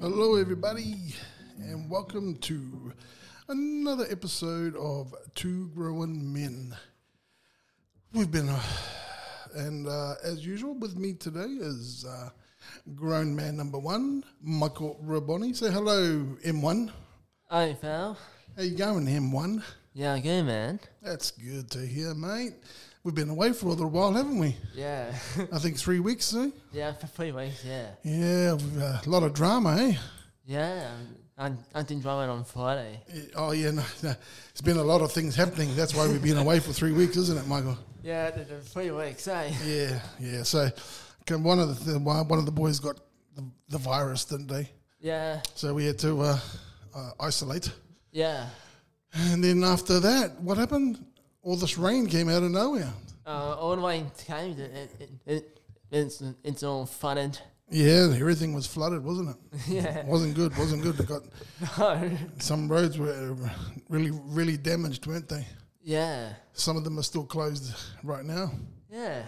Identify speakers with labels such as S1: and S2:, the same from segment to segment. S1: Hello, everybody, and welcome to another episode of Two Grown Men. We've been, uh, and uh, as usual, with me today is uh, grown man number one, Michael Raboni. Say hello, M1.
S2: Hey, pal.
S1: How you going, M1?
S2: Yeah, good, man.
S1: That's good to hear, mate. We've been away for a little while, haven't we?
S2: Yeah.
S1: I think three weeks, eh?
S2: yeah, for three weeks, yeah.
S1: Yeah, we've, uh, a lot of drama, eh?
S2: Yeah, I, I didn't drive it on Friday.
S1: Yeah, Oh yeah, no, no. it's been a lot of things happening. That's why we've been away for three weeks, isn't it, Michael?
S2: Yeah, the, the three weeks, eh?
S1: Yeah, yeah. So, can one of the th- one one of the boys got the, the virus, didn't they?
S2: Yeah,
S1: So we had to uh, uh, isolate.
S2: yeah.
S1: And then after that, what happened? All this rain came out of nowhere.
S2: Uh, all the way in came, it, it, it, it, it's, it's all flooded.
S1: Yeah, everything was flooded, wasn't it?
S2: yeah.
S1: wasn't good. Wasn't good. It got
S2: No.
S1: some roads were uh, really, really damaged, weren't they?
S2: Yeah.
S1: Some of them are still closed right now.
S2: Yeah.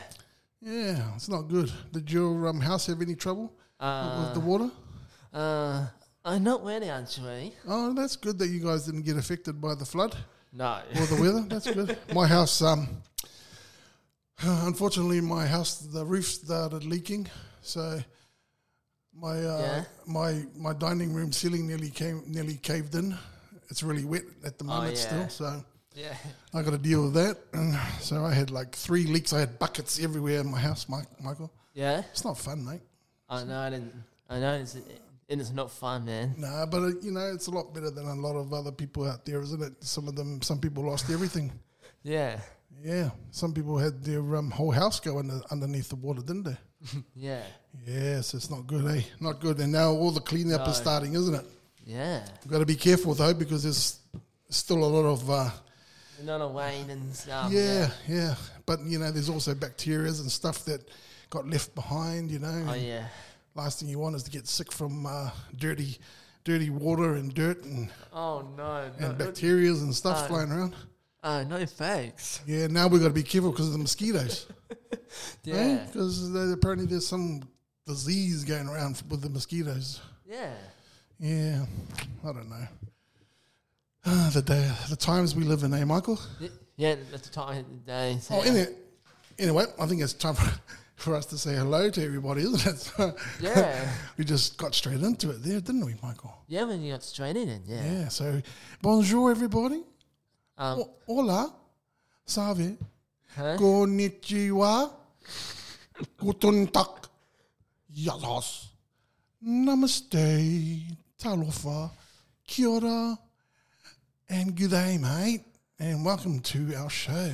S1: Yeah, it's not good. Did your um, house have any trouble? with
S2: Uh,
S1: the water.
S2: uh, I'm not ready, actually.
S1: Oh, that's good that you guys didn't get affected by the flood
S2: No.
S1: or the weather. That's good. My house, um, unfortunately, my house, the roof started leaking, so my uh,
S2: Yeah.
S1: my my dining room ceiling nearly came nearly caved in. It's really wet at the
S2: Oh,
S1: moment
S2: yeah.
S1: still, so
S2: Yeah.
S1: I got to deal with that. And so I had like three leaks. I had buckets everywhere in my house, Mike, Michael.
S2: Yeah.
S1: It's not fun, mate.
S2: I know, it, and I know it's, it is not fun, man.
S1: No, but uh, you know it's a lot better than a lot of other people out there, isn't it? Some of them, some people lost everything.
S2: Yeah.
S1: Yeah, some people had their um, whole house go under, underneath the water, didn't they?
S2: Yeah.
S1: Yes, it's not good, eh? Not good. And now all the cleanup is
S2: No.
S1: starting, isn't it?
S2: Yeah.
S1: We've got to be careful though, because there's still a lot of uh,
S2: Another rain and stuff.
S1: yeah, yeah. But you know, there's also bacteria and stuff that got left behind. You know,
S2: Oh, yeah.
S1: last thing you want is to get sick from uh, dirty, dirty water and dirt and,
S2: Oh no,
S1: and
S2: no,
S1: bacteria and stuff
S2: no.
S1: flying around.
S2: oh, no thanks.
S1: Yeah, now we've got to be careful because of the mosquitoes.
S2: Yeah,
S1: Because apparently there's some disease going around f- with the mosquitoes.
S2: yeah,
S1: Yeah, I don't know. Ah, the day, the times we live in, eh, Michael?
S2: Y- yeah. That's the time of the day. so-
S1: Oh, anyway, anyway, I think it's time for, for us to say hello to everybody, isn't it?
S2: Yeah,
S1: we just got straight into it there, didn't we, Michael?
S2: yeah. When you got straight in, it, yeah.
S1: Yeah, so bonjour, everybody.
S2: Um,
S1: O- Hola, salve,
S2: huh?
S1: Konnichiwa. Guten Tag. Yalas. Namaste. Talofa. Kia ora. And good day, mate. And welcome to our show.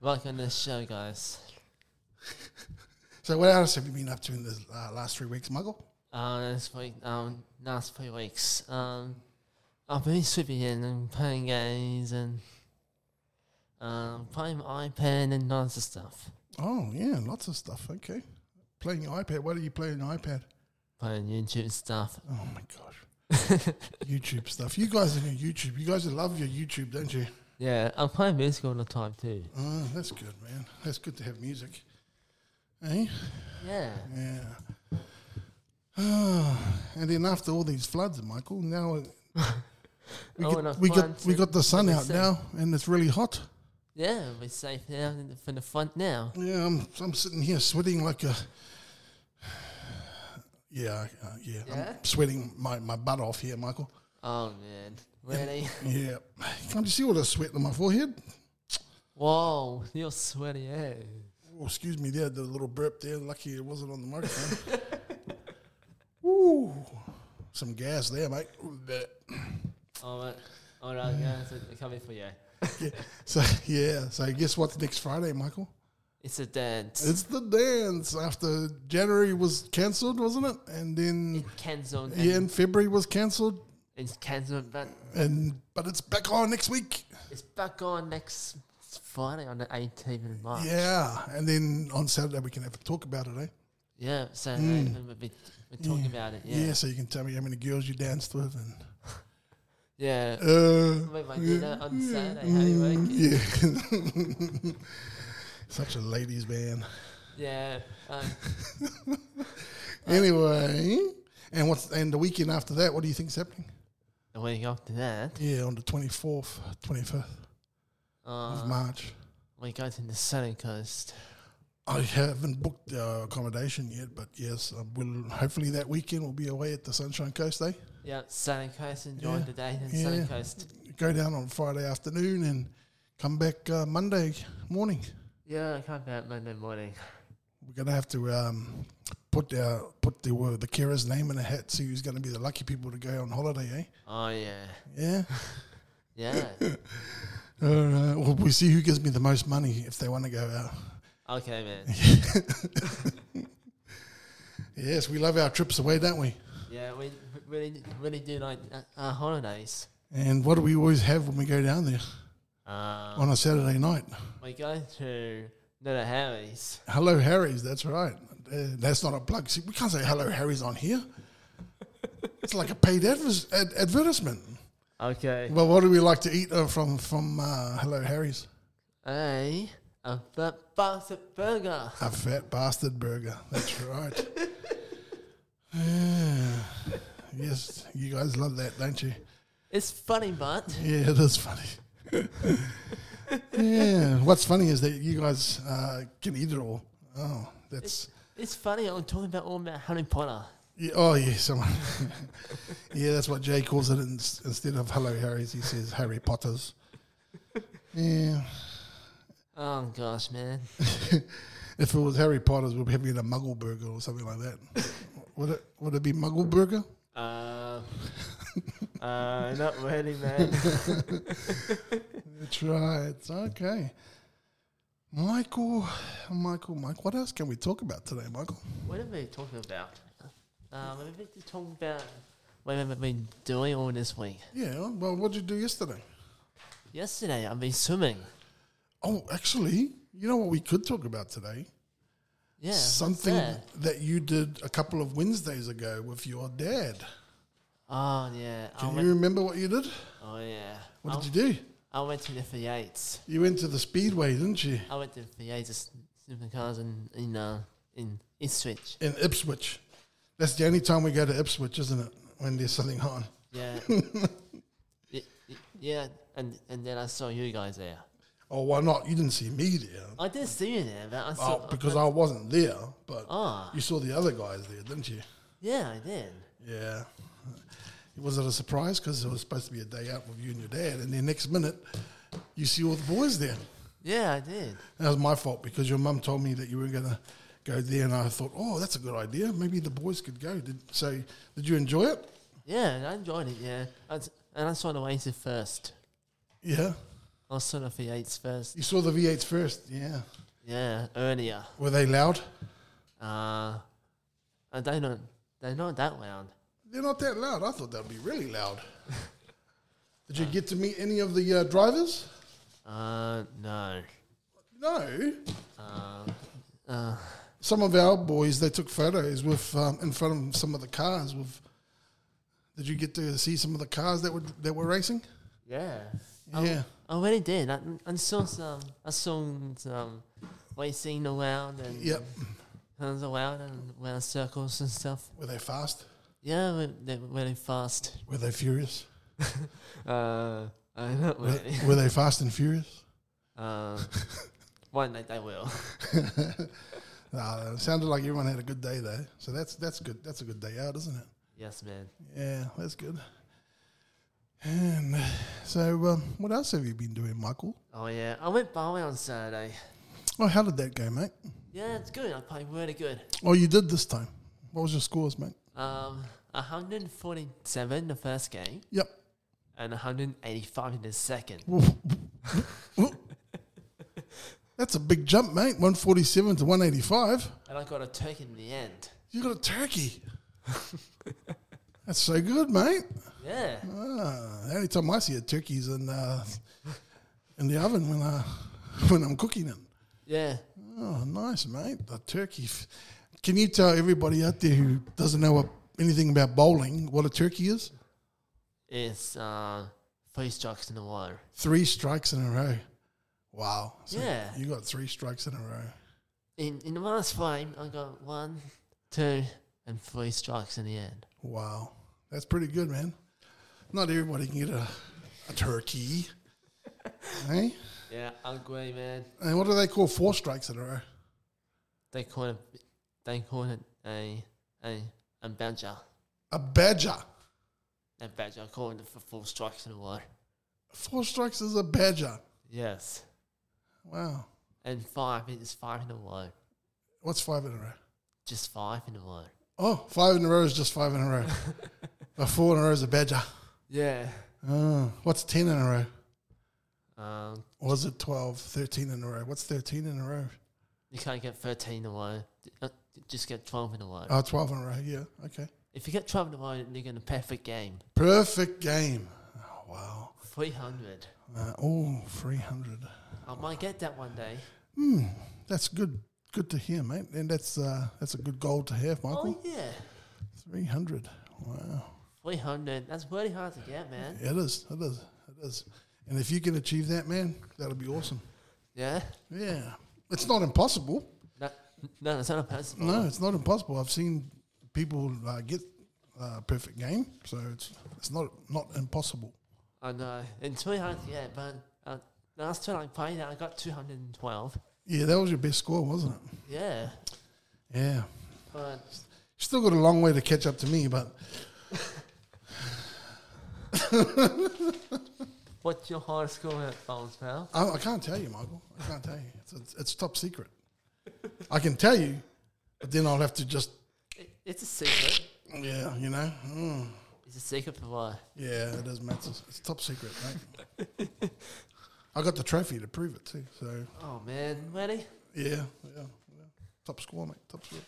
S2: welcome to the show, guys.
S1: So, what else have you been up to in the uh, last three weeks, Michael?
S2: Um, this week, um, last three weeks, um, I've been sleeping in and playing games and um, playing my iPad and lots of stuff.
S1: Oh, yeah, lots of stuff. Okay. Playing your iPad. What are you playing on iPad?
S2: Playing YouTube stuff.
S1: Oh, my gosh. YouTube stuff. You guys are on YouTube. You guys love your YouTube, don't you?
S2: Yeah, I'm playing music all the time too.
S1: Oh, that's good, man. That's good to have music. Eh?
S2: Yeah,
S1: Yeah. Ah, and then after all these floods, Michael, now it- we,
S2: Oh,
S1: got-
S2: and I
S1: we got
S2: find
S1: we
S2: that
S1: got the sun
S2: they
S1: out
S2: say-
S1: now, and it's really hot.
S2: yeah. We're safe now from the front now.
S1: Yeah, I'm I'm sitting here sweating like a. Yeah, I- uh, yeah,
S2: Yeah?
S1: I'm sweating my, my butt off here, Michael.
S2: Oh man, really?
S1: Yeah, can't you see all the sweat on my forehead?
S2: Whoa, you're sweaty, eh?
S1: Oh, excuse me, there, the little burp there. Lucky it wasn't on the microphone. Woo, some gas there, mate.
S2: All right, all right, guys, I'm coming for you.
S1: Yeah. So yeah. So guess what's next Friday, Michael?
S2: It's a dance.
S1: It's the dance after January was cancelled, wasn't it? And then
S2: It's cancelled.
S1: yeah,
S2: and
S1: and February was cancelled,
S2: It's cancelled, but
S1: and but it's back on next week.
S2: it's back on next Friday on the 18th of March.
S1: Yeah, and then on Saturday we can have a talk about it, eh?
S2: Yeah, so uh, we've been we're talking about it.
S1: Yeah.
S2: Yeah.
S1: so you can tell me how many girls you danced with, and
S2: Yeah.
S1: uh,
S2: Wait, my dinner on Saturday. How you working?
S1: yeah, such a ladies' man.
S2: Yeah. Um,
S1: Anyway, And what's and the weekend after that? What do you think's happening?
S2: The week after that,
S1: Yeah, on the twenty fourth, twenty fifth of
S2: uh,
S1: March.
S2: we go to the Sunny Coast.
S1: I haven't booked uh, accommodation yet, but yes, um, we'll hopefully that weekend we'll be away at the Sunshine Coast. Eh?
S2: Yeah, Sunny Coast. Enjoy
S1: Yeah,
S2: the day in
S1: yeah.
S2: Sunny Coast.
S1: Go down on Friday afternoon and come back uh, Monday morning.
S2: Yeah, I come back Monday morning.
S1: We're gonna have to um, put uh, put the uh, the carer's name in a hat. See who's gonna be the lucky people to go on holiday. Eh?
S2: Oh yeah,
S1: Yeah.
S2: yeah.
S1: Uh, well, we see who gives me the most money if they want to go out.
S2: okay, man.
S1: Yes, we love our trips away, don't we?
S2: Yeah, we really, really do like uh, uh, holidays.
S1: And what do we always have when we go down there
S2: Um,
S1: on a Saturday night?
S2: we go to Little Harry's.
S1: Hello Harry's, that's right. Uh, that's not a plug. See, we can't say Hello Harry's on here. it's like a paid advers ad- advertisement.
S2: Okay.
S1: Well, what do we like to eat uh, from from uh, Hello Harry's?
S2: A a fat bastard burger.
S1: A fat bastard burger. That's right. Yeah. Yes, you guys love that, don't you?
S2: It's funny, but
S1: Yeah, that's funny. yeah, what's funny is that you guys uh, can eat it all. Oh, that's
S2: it's funny. I'm talking about all about Harry Potter.
S1: yeah, oh yeah, someone. yeah, that's what Jay calls it in, instead of Hello Harry's. He says Harry Potter's. Yeah,
S2: Oh gosh, man.
S1: if it was Harry Potter's, we'd be having a Muggle burger or something like that. would it? Would it be Muggle burger?
S2: Uh, uh, not really, man.
S1: That's right. Okay. Michael, Michael, Mike. What else can we talk about today, Michael?
S2: what are we talking about? Um, we're about to talk about what I've been doing all this week.
S1: Yeah. Well, what did you do yesterday?
S2: Yesterday, I've been swimming.
S1: Oh, actually, you know what we could talk about today?
S2: Yeah. what's
S1: Something
S2: that?
S1: that you did a couple of Wednesdays ago with your dad.
S2: Oh yeah. I
S1: Can
S2: went,
S1: you remember what you did?
S2: oh yeah.
S1: What
S2: I,
S1: did you do?
S2: I went to the Fiates.
S1: You went to the speedway, didn't you?
S2: I went to Fiates Supercars in in uh, in Ipswich.
S1: In Ipswich. That's the only time we go to Ipswich, isn't it? When there's something on.
S2: Yeah. Y- y- yeah, and and then I saw you guys there.
S1: Oh, why not? You didn't see me there.
S2: I did see you there, but I saw.
S1: Oh, because I wasn't there, but
S2: Ah.
S1: you saw the other guys there, didn't you?
S2: yeah, I did.
S1: Yeah. Was it a surprise? Because it was supposed to be a day out with you and your dad, and then next minute, you see all the boys there.
S2: Yeah, I did.
S1: That was my fault because your mum told me that you were going to go there, and I thought, oh, that's a good idea. Maybe the boys could go. Did, so, did you enjoy it?
S2: Yeah, and I enjoyed it. Yeah, I s- and I saw the Oasis first.
S1: Yeah.
S2: I saw the V8s first.
S1: You saw the V8s first. Yeah.
S2: Yeah, earlier.
S1: Were they loud?
S2: Uh, and they not they're not that loud.
S1: They're not that loud. I thought they'd be really loud. did you get to meet any of the uh, drivers?
S2: Uh, no.
S1: No.
S2: Uh, uh,
S1: Some of our boys they took photos with um, in front of some of the cars. With did you get to see some of the cars that were that were racing?
S2: yeah.
S1: Yeah.
S2: I already did. I, I saw some. I saw some racing um, around and
S1: Yep.
S2: turns around and around circles and stuff.
S1: Were they fast?
S2: Yeah, we- they were really fast.
S1: Were they furious?
S2: Uh, I not
S1: Were,
S2: really.
S1: were they fast and furious?
S2: Uh, one night they will.
S1: Nah, it sounded like everyone had a good day though. So that's that's good. That's a good day out, isn't it?
S2: Yes, man.
S1: Yeah, that's good. And so, um, what else have you been doing, Michael?
S2: Oh yeah, I went bowling on Saturday.
S1: Oh, how did that go, mate?
S2: Yeah, it's good. I played really good.
S1: Oh, you did this time. What was your scores, mate?
S2: Um, 147 the first game
S1: Yep.
S2: and 185 in the second.
S1: That's a big jump, mate. 147 to 185.
S2: And I got a turkey in the end.
S1: You got a turkey. That's so good, mate.
S2: Yeah.
S1: Ah, the only time I see a turkey is in, uh, in the oven when, I, when I'm cooking it.
S2: Yeah.
S1: Oh, nice, mate. A turkey. f- Can you tell everybody out there who doesn't know what, anything about bowling what a turkey is?
S2: It's uh, three strikes in the water.
S1: Three strikes in a row. Wow.
S2: Yeah.
S1: You got three strikes in a row.
S2: In in the last frame, I got one, two, and and three strikes in the end.
S1: Wow, that's pretty good, man. Not everybody can get a, a turkey, hey?
S2: Yeah, I agree, man.
S1: And what do they call four strikes in a row?
S2: They call it they call it a a a badger.
S1: A badger.
S2: A badger. I call it for four strikes in a row.
S1: Four strikes is a badger.
S2: Yes,
S1: Wow.
S2: and five is five in a row.
S1: What's five in a row?
S2: Just five in a row.
S1: Oh, five in a row is just five in a row. a four in a row is a badger.
S2: Yeah.
S1: Oh, what's 10 in a row?
S2: Um,
S1: Or is it 12, 13 in a row? What's 13 in a row?
S2: you can't get thirteen in a row. Uh, Just get twelve in a row.
S1: Oh, 12 in a row. Yeah. Okay.
S2: If you get twelve in a row, you're gonna perfect game.
S1: Perfect game. Oh, wow.
S2: Three hundred.
S1: Uh, oh, 300.
S2: I might get that one day.
S1: Hmm. That's good. Good to hear, mate. And that's uh, that's a good goal to have,
S2: Oh
S1: Michael.
S2: yeah,
S1: 300. Wow.
S2: three hundred. That's really hard to get, man.
S1: It is. It is. It is. And if you can achieve that, man, that'll be awesome.
S2: Yeah.
S1: Yeah. It's not impossible.
S2: No, no, it's not possible.
S1: No, it's not impossible. I've seen people uh, get uh, perfect game, so it's it's not not impossible.
S2: I know. In 200, yeah, but uh, last time I played it, I got 212.
S1: Yeah, that was your best score, wasn't it?
S2: Yeah,
S1: Yeah,
S2: but
S1: still got a long way to catch up to me, but
S2: what's your highest score at Bowls, pal?
S1: I, I can't tell you, Michael. I can't tell you. It's, it's, it's top secret. I can tell you, but then I'll have to just
S2: It, it's a secret.
S1: yeah, you know. Mm.
S2: It's a secret for why.
S1: Yeah, it is, mate. It's, it's top secret, mate. I got the trophy to prove it too. So
S2: Oh, man, ready?
S1: yeah, yeah, yeah. top score, mate. Top score.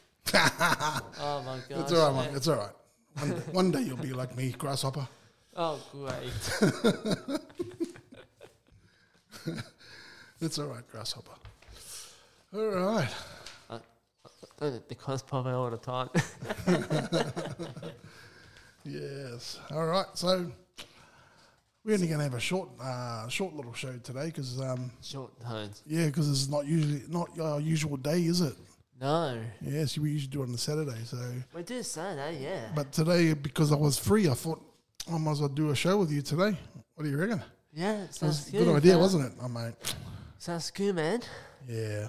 S2: Oh, my God.
S1: It's all right, mate. It's all right. One day, one day you'll be like me, grasshopper.
S2: Oh, great.
S1: It's all right, grasshopper. All right.
S2: Uh, the cost probably all the time.
S1: Yes. All right. So we're only going to have a short, uh, short little show today because, um,
S2: Short tones.
S1: yeah, because it's not usually not our usual day, is it?
S2: No.
S1: Yes, we usually do it on the Saturday. So,
S2: We do Saturday, yeah.
S1: but today because I was free, I thought I might as well do a show with you today. What do you reckon?
S2: yeah,
S1: That was
S2: sounds
S1: a
S2: good.
S1: good idea,
S2: pal.
S1: wasn't it? I mean,
S2: Sounds good, man.
S1: yeah.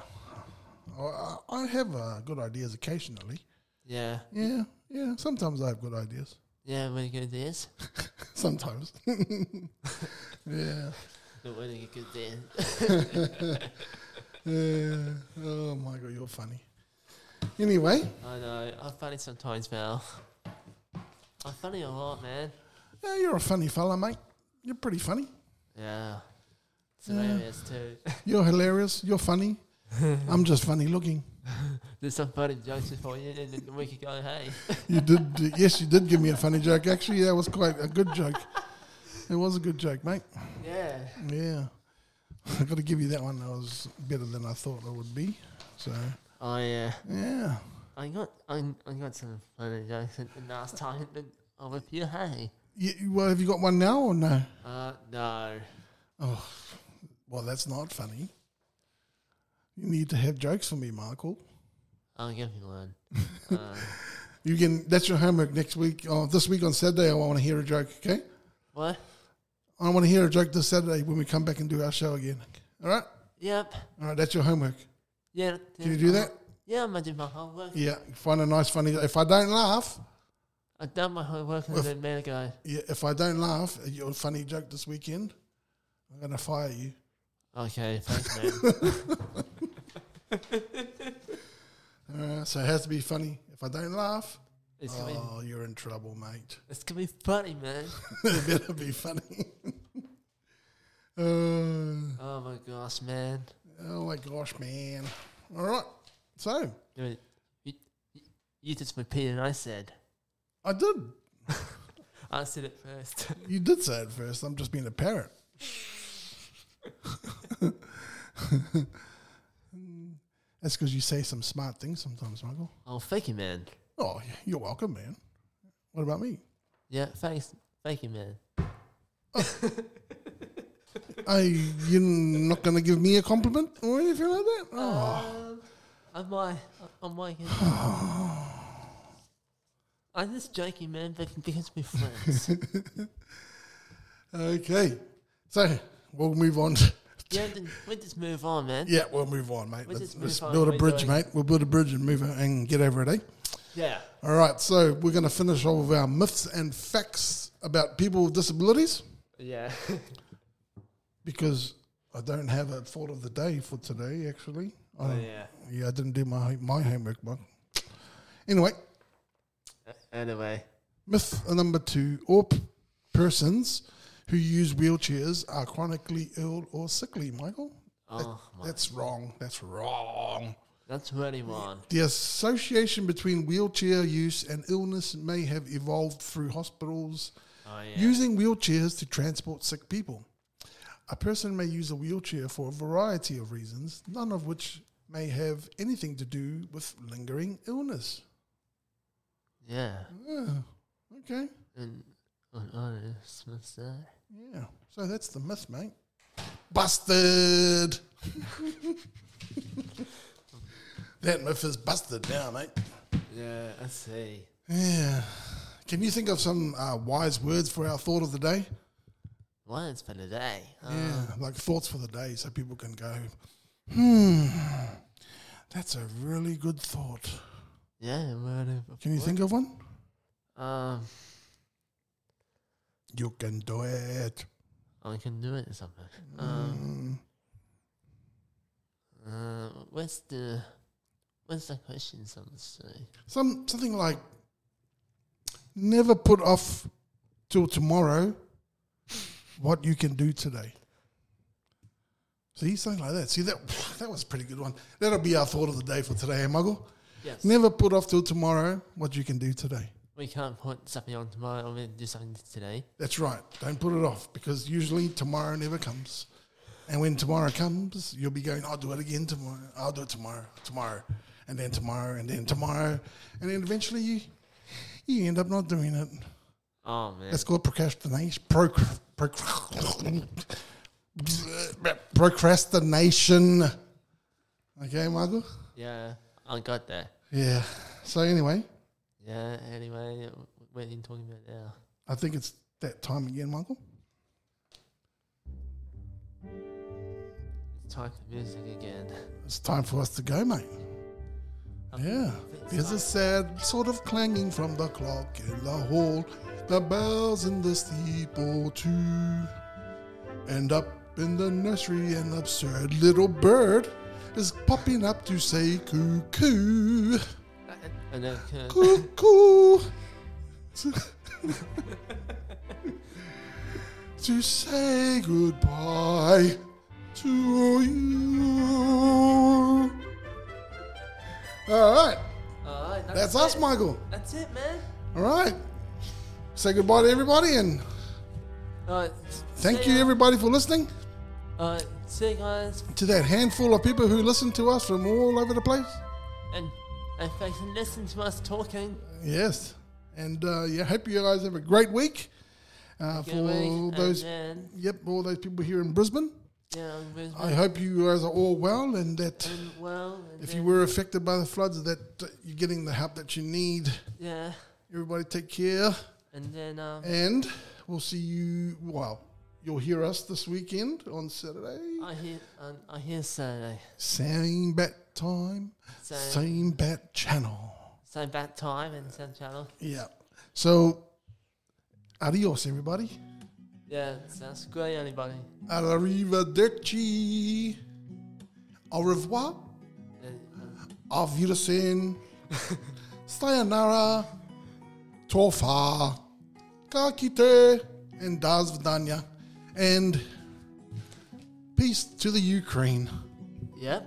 S1: I, I I have uh, good ideas occasionally.
S2: Yeah.
S1: Yeah, yeah. Sometimes I have good ideas.
S2: Yeah, really good this.
S1: Sometimes. yeah.
S2: Really good there.
S1: Yeah. Oh my god, you're funny. Anyway,
S2: I know. I'm funny sometimes, pal. I'm funny a lot, man.
S1: yeah, you're a funny fella, mate. You're pretty funny.
S2: Yeah. It's hilarious too.
S1: You're hilarious. You're funny. I'm just funny looking.
S2: There's some funny jokes before you and then we could go, hey.
S1: You did, yes, you did give me a funny joke. Actually, that was quite a good joke. It was a good joke, mate.
S2: Yeah.
S1: Yeah, I got to give you that one. That was better than I thought it would be. So
S2: Oh yeah.
S1: yeah,
S2: I got I, I got some funny jokes and the last time that I with you, hey.
S1: yeah. Well, have you got one now or no?
S2: Uh no.
S1: Oh, well, that's not funny. You need to have jokes for me, Michael.
S2: I'll give you one. uh,
S1: You can. That's your homework next week. Oh, this week on Saturday, I want to hear a joke. Okay,
S2: what?
S1: I want to hear a joke this Saturday when we come back and do our show again. All right,
S2: Yep.
S1: all right. That's your homework.
S2: Yeah.
S1: Can you do that?
S2: Yeah, I'm gonna do my homework.
S1: Yeah. Find a nice funny. If I don't laugh,
S2: I've done my homework and
S1: Well,
S2: then man ago.
S1: yeah, if I don't laugh at your funny joke this weekend, I'm gonna fire you.
S2: Okay, thanks man.
S1: All right. So it has to be funny. If I don't laugh,
S2: It's gonna be
S1: oh, you're in trouble, mate.
S2: it's gonna be funny, man.
S1: it better be funny. uh,
S2: Oh my gosh, man.
S1: oh my gosh, man. All right. So
S2: You, you, you just repeated what I said.
S1: I did.
S2: I said it first.
S1: You did say it first. I'm just being a parrot. That's because you say some smart things sometimes, Michael.
S2: oh, thank you, man.
S1: Oh, you're welcome, man. What about me?
S2: Yeah, thanks. Thank you, man.
S1: Are you not going to give me a compliment or anything like that? Oh,
S2: Um, I might, I, I might get I'm just joking, man, but because we're friends.
S1: Oh, Okay. So we'll move on. to-
S2: yeah, then we just move on, man.
S1: yeah, we'll move on, mate.
S2: We'll
S1: Let's,
S2: just
S1: let's
S2: move on.
S1: build a
S2: We're
S1: bridge,
S2: doing-
S1: mate. We'll build a bridge and move on and get over it, eh?
S2: Yeah.
S1: All right. So we're going to finish all of our myths and facts about people with disabilities
S2: Yeah.
S1: because I don't have a thought of the day for today, actually. I,
S2: Oh,
S1: yeah.
S2: yeah.
S1: I didn't do my, my homework, but anyway,
S2: Anyway.
S1: myth number two all p- persons who use wheelchairs are chronically ill or sickly, Michael.
S2: Oh, my.
S1: That's wrong. That's wrong.
S2: That's really wrong.
S1: The association between wheelchair use and illness may have evolved through hospitals
S2: Oh, yeah.
S1: using wheelchairs to transport sick people. A person may use a wheelchair for a variety of reasons, none of which may have anything to do with lingering illness.
S2: yeah.
S1: Yeah. Okay.
S2: And, and Mm. honest, what's that?
S1: Yeah. So that's the myth, mate. Busted. that myth is busted now, mate.
S2: Yeah, I see.
S1: Yeah. Can you think of some uh, wise words for our thought of the day?
S2: Once for the day. Um,
S1: Yeah, like thoughts for the day, so people can go, hmm, that's a really good thought.
S2: Yeah, what
S1: Can you think of one?
S2: Um,
S1: You can do it. Mm.
S2: I oh, can do it or something. Um, uh, what's the what's the question? Something say.
S1: Some something like, never put off till tomorrow what you can do today. See something like that. See that that was a pretty good one. That'll be our thought of the day for today, eh, Muggle.
S2: Yes,
S1: Never put off till tomorrow what you can do today.
S2: we can't put something on tomorrow. We're gonna do something today.
S1: That's right. Don't put it off because usually tomorrow never comes. And when tomorrow comes, you'll be going, I'll do it again tomorrow. I'll do it tomorrow, tomorrow, and then tomorrow, and then tomorrow. And then eventually you, you end up not doing it.
S2: Oh man,
S1: That's called procrastination. Proc- proc- procrastination. Okay, Michael?
S2: yeah, I got that.
S1: Yeah. So, anyway,
S2: Yeah. Anyway, what are you talking about now?
S1: I think it's that time again, Michael.
S2: It's time for music again.
S1: It's time for us to go, mate. Yeah. There's a sad sort of clanging from the clock in the hall, the bells in the steeple too. And up in the nursery, an absurd little bird is popping up to say cuckoo,
S2: And then, uh,
S1: cuckoo. to say goodbye to you. All right.
S2: alright,
S1: That's us,
S2: it.
S1: Michael.
S2: That's it, man.
S1: All right. Say goodbye to everybody and
S2: Alright,
S1: thank
S2: see
S1: you,
S2: ya.
S1: everybody, for listening
S2: Alright, see you uh, guys,
S1: to that handful of people who listen to us from all over the place.
S2: and and thanks for listening to us talking.
S1: Yes. And uh, yeah, hope you guys have a great week. Uh,
S2: Good
S1: for all
S2: week,
S1: those,
S2: and uh, then-
S1: yep, all those people here in Brisbane.
S2: Yeah, and with-
S1: I hope you guys are all well and that
S2: and well, and
S1: if you
S2: then-
S1: were affected by the floods, that uh, you're getting the help that you need.
S2: yeah,
S1: Everybody, take care.
S2: and then um,
S1: And we'll see you. Well, you'll hear us this weekend on Saturday.
S2: I hear um, I hear Saturday,
S1: Same bat time,
S2: so
S1: same bat channel.
S2: so back time and same channel.
S1: Yeah. So, adios, everybody.
S2: Yeah, sounds great, anybody.
S1: Arrivederci. Au revoir.
S2: Uh, uh,
S1: Auf Wiedersehen. Sayonara. Tofa. Kakite. And das vidanya. And peace to the Ukraine.
S2: Yep.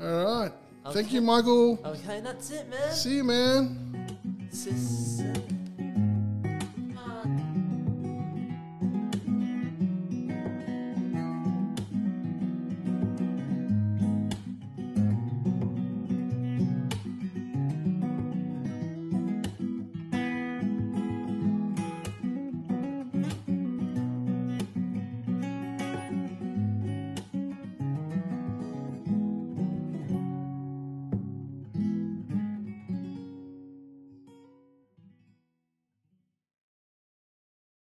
S1: All right. Thank
S2: Okay.
S1: you, Michael.
S2: Okay, that's it, man.
S1: See you, man.
S2: See- see-